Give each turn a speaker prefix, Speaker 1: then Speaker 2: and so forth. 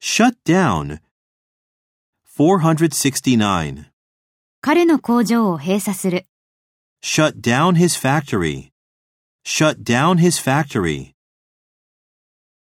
Speaker 1: Shut down. 469.
Speaker 2: 彼の工場を閉鎖する。
Speaker 1: Shut down his factory. Shut down his factory.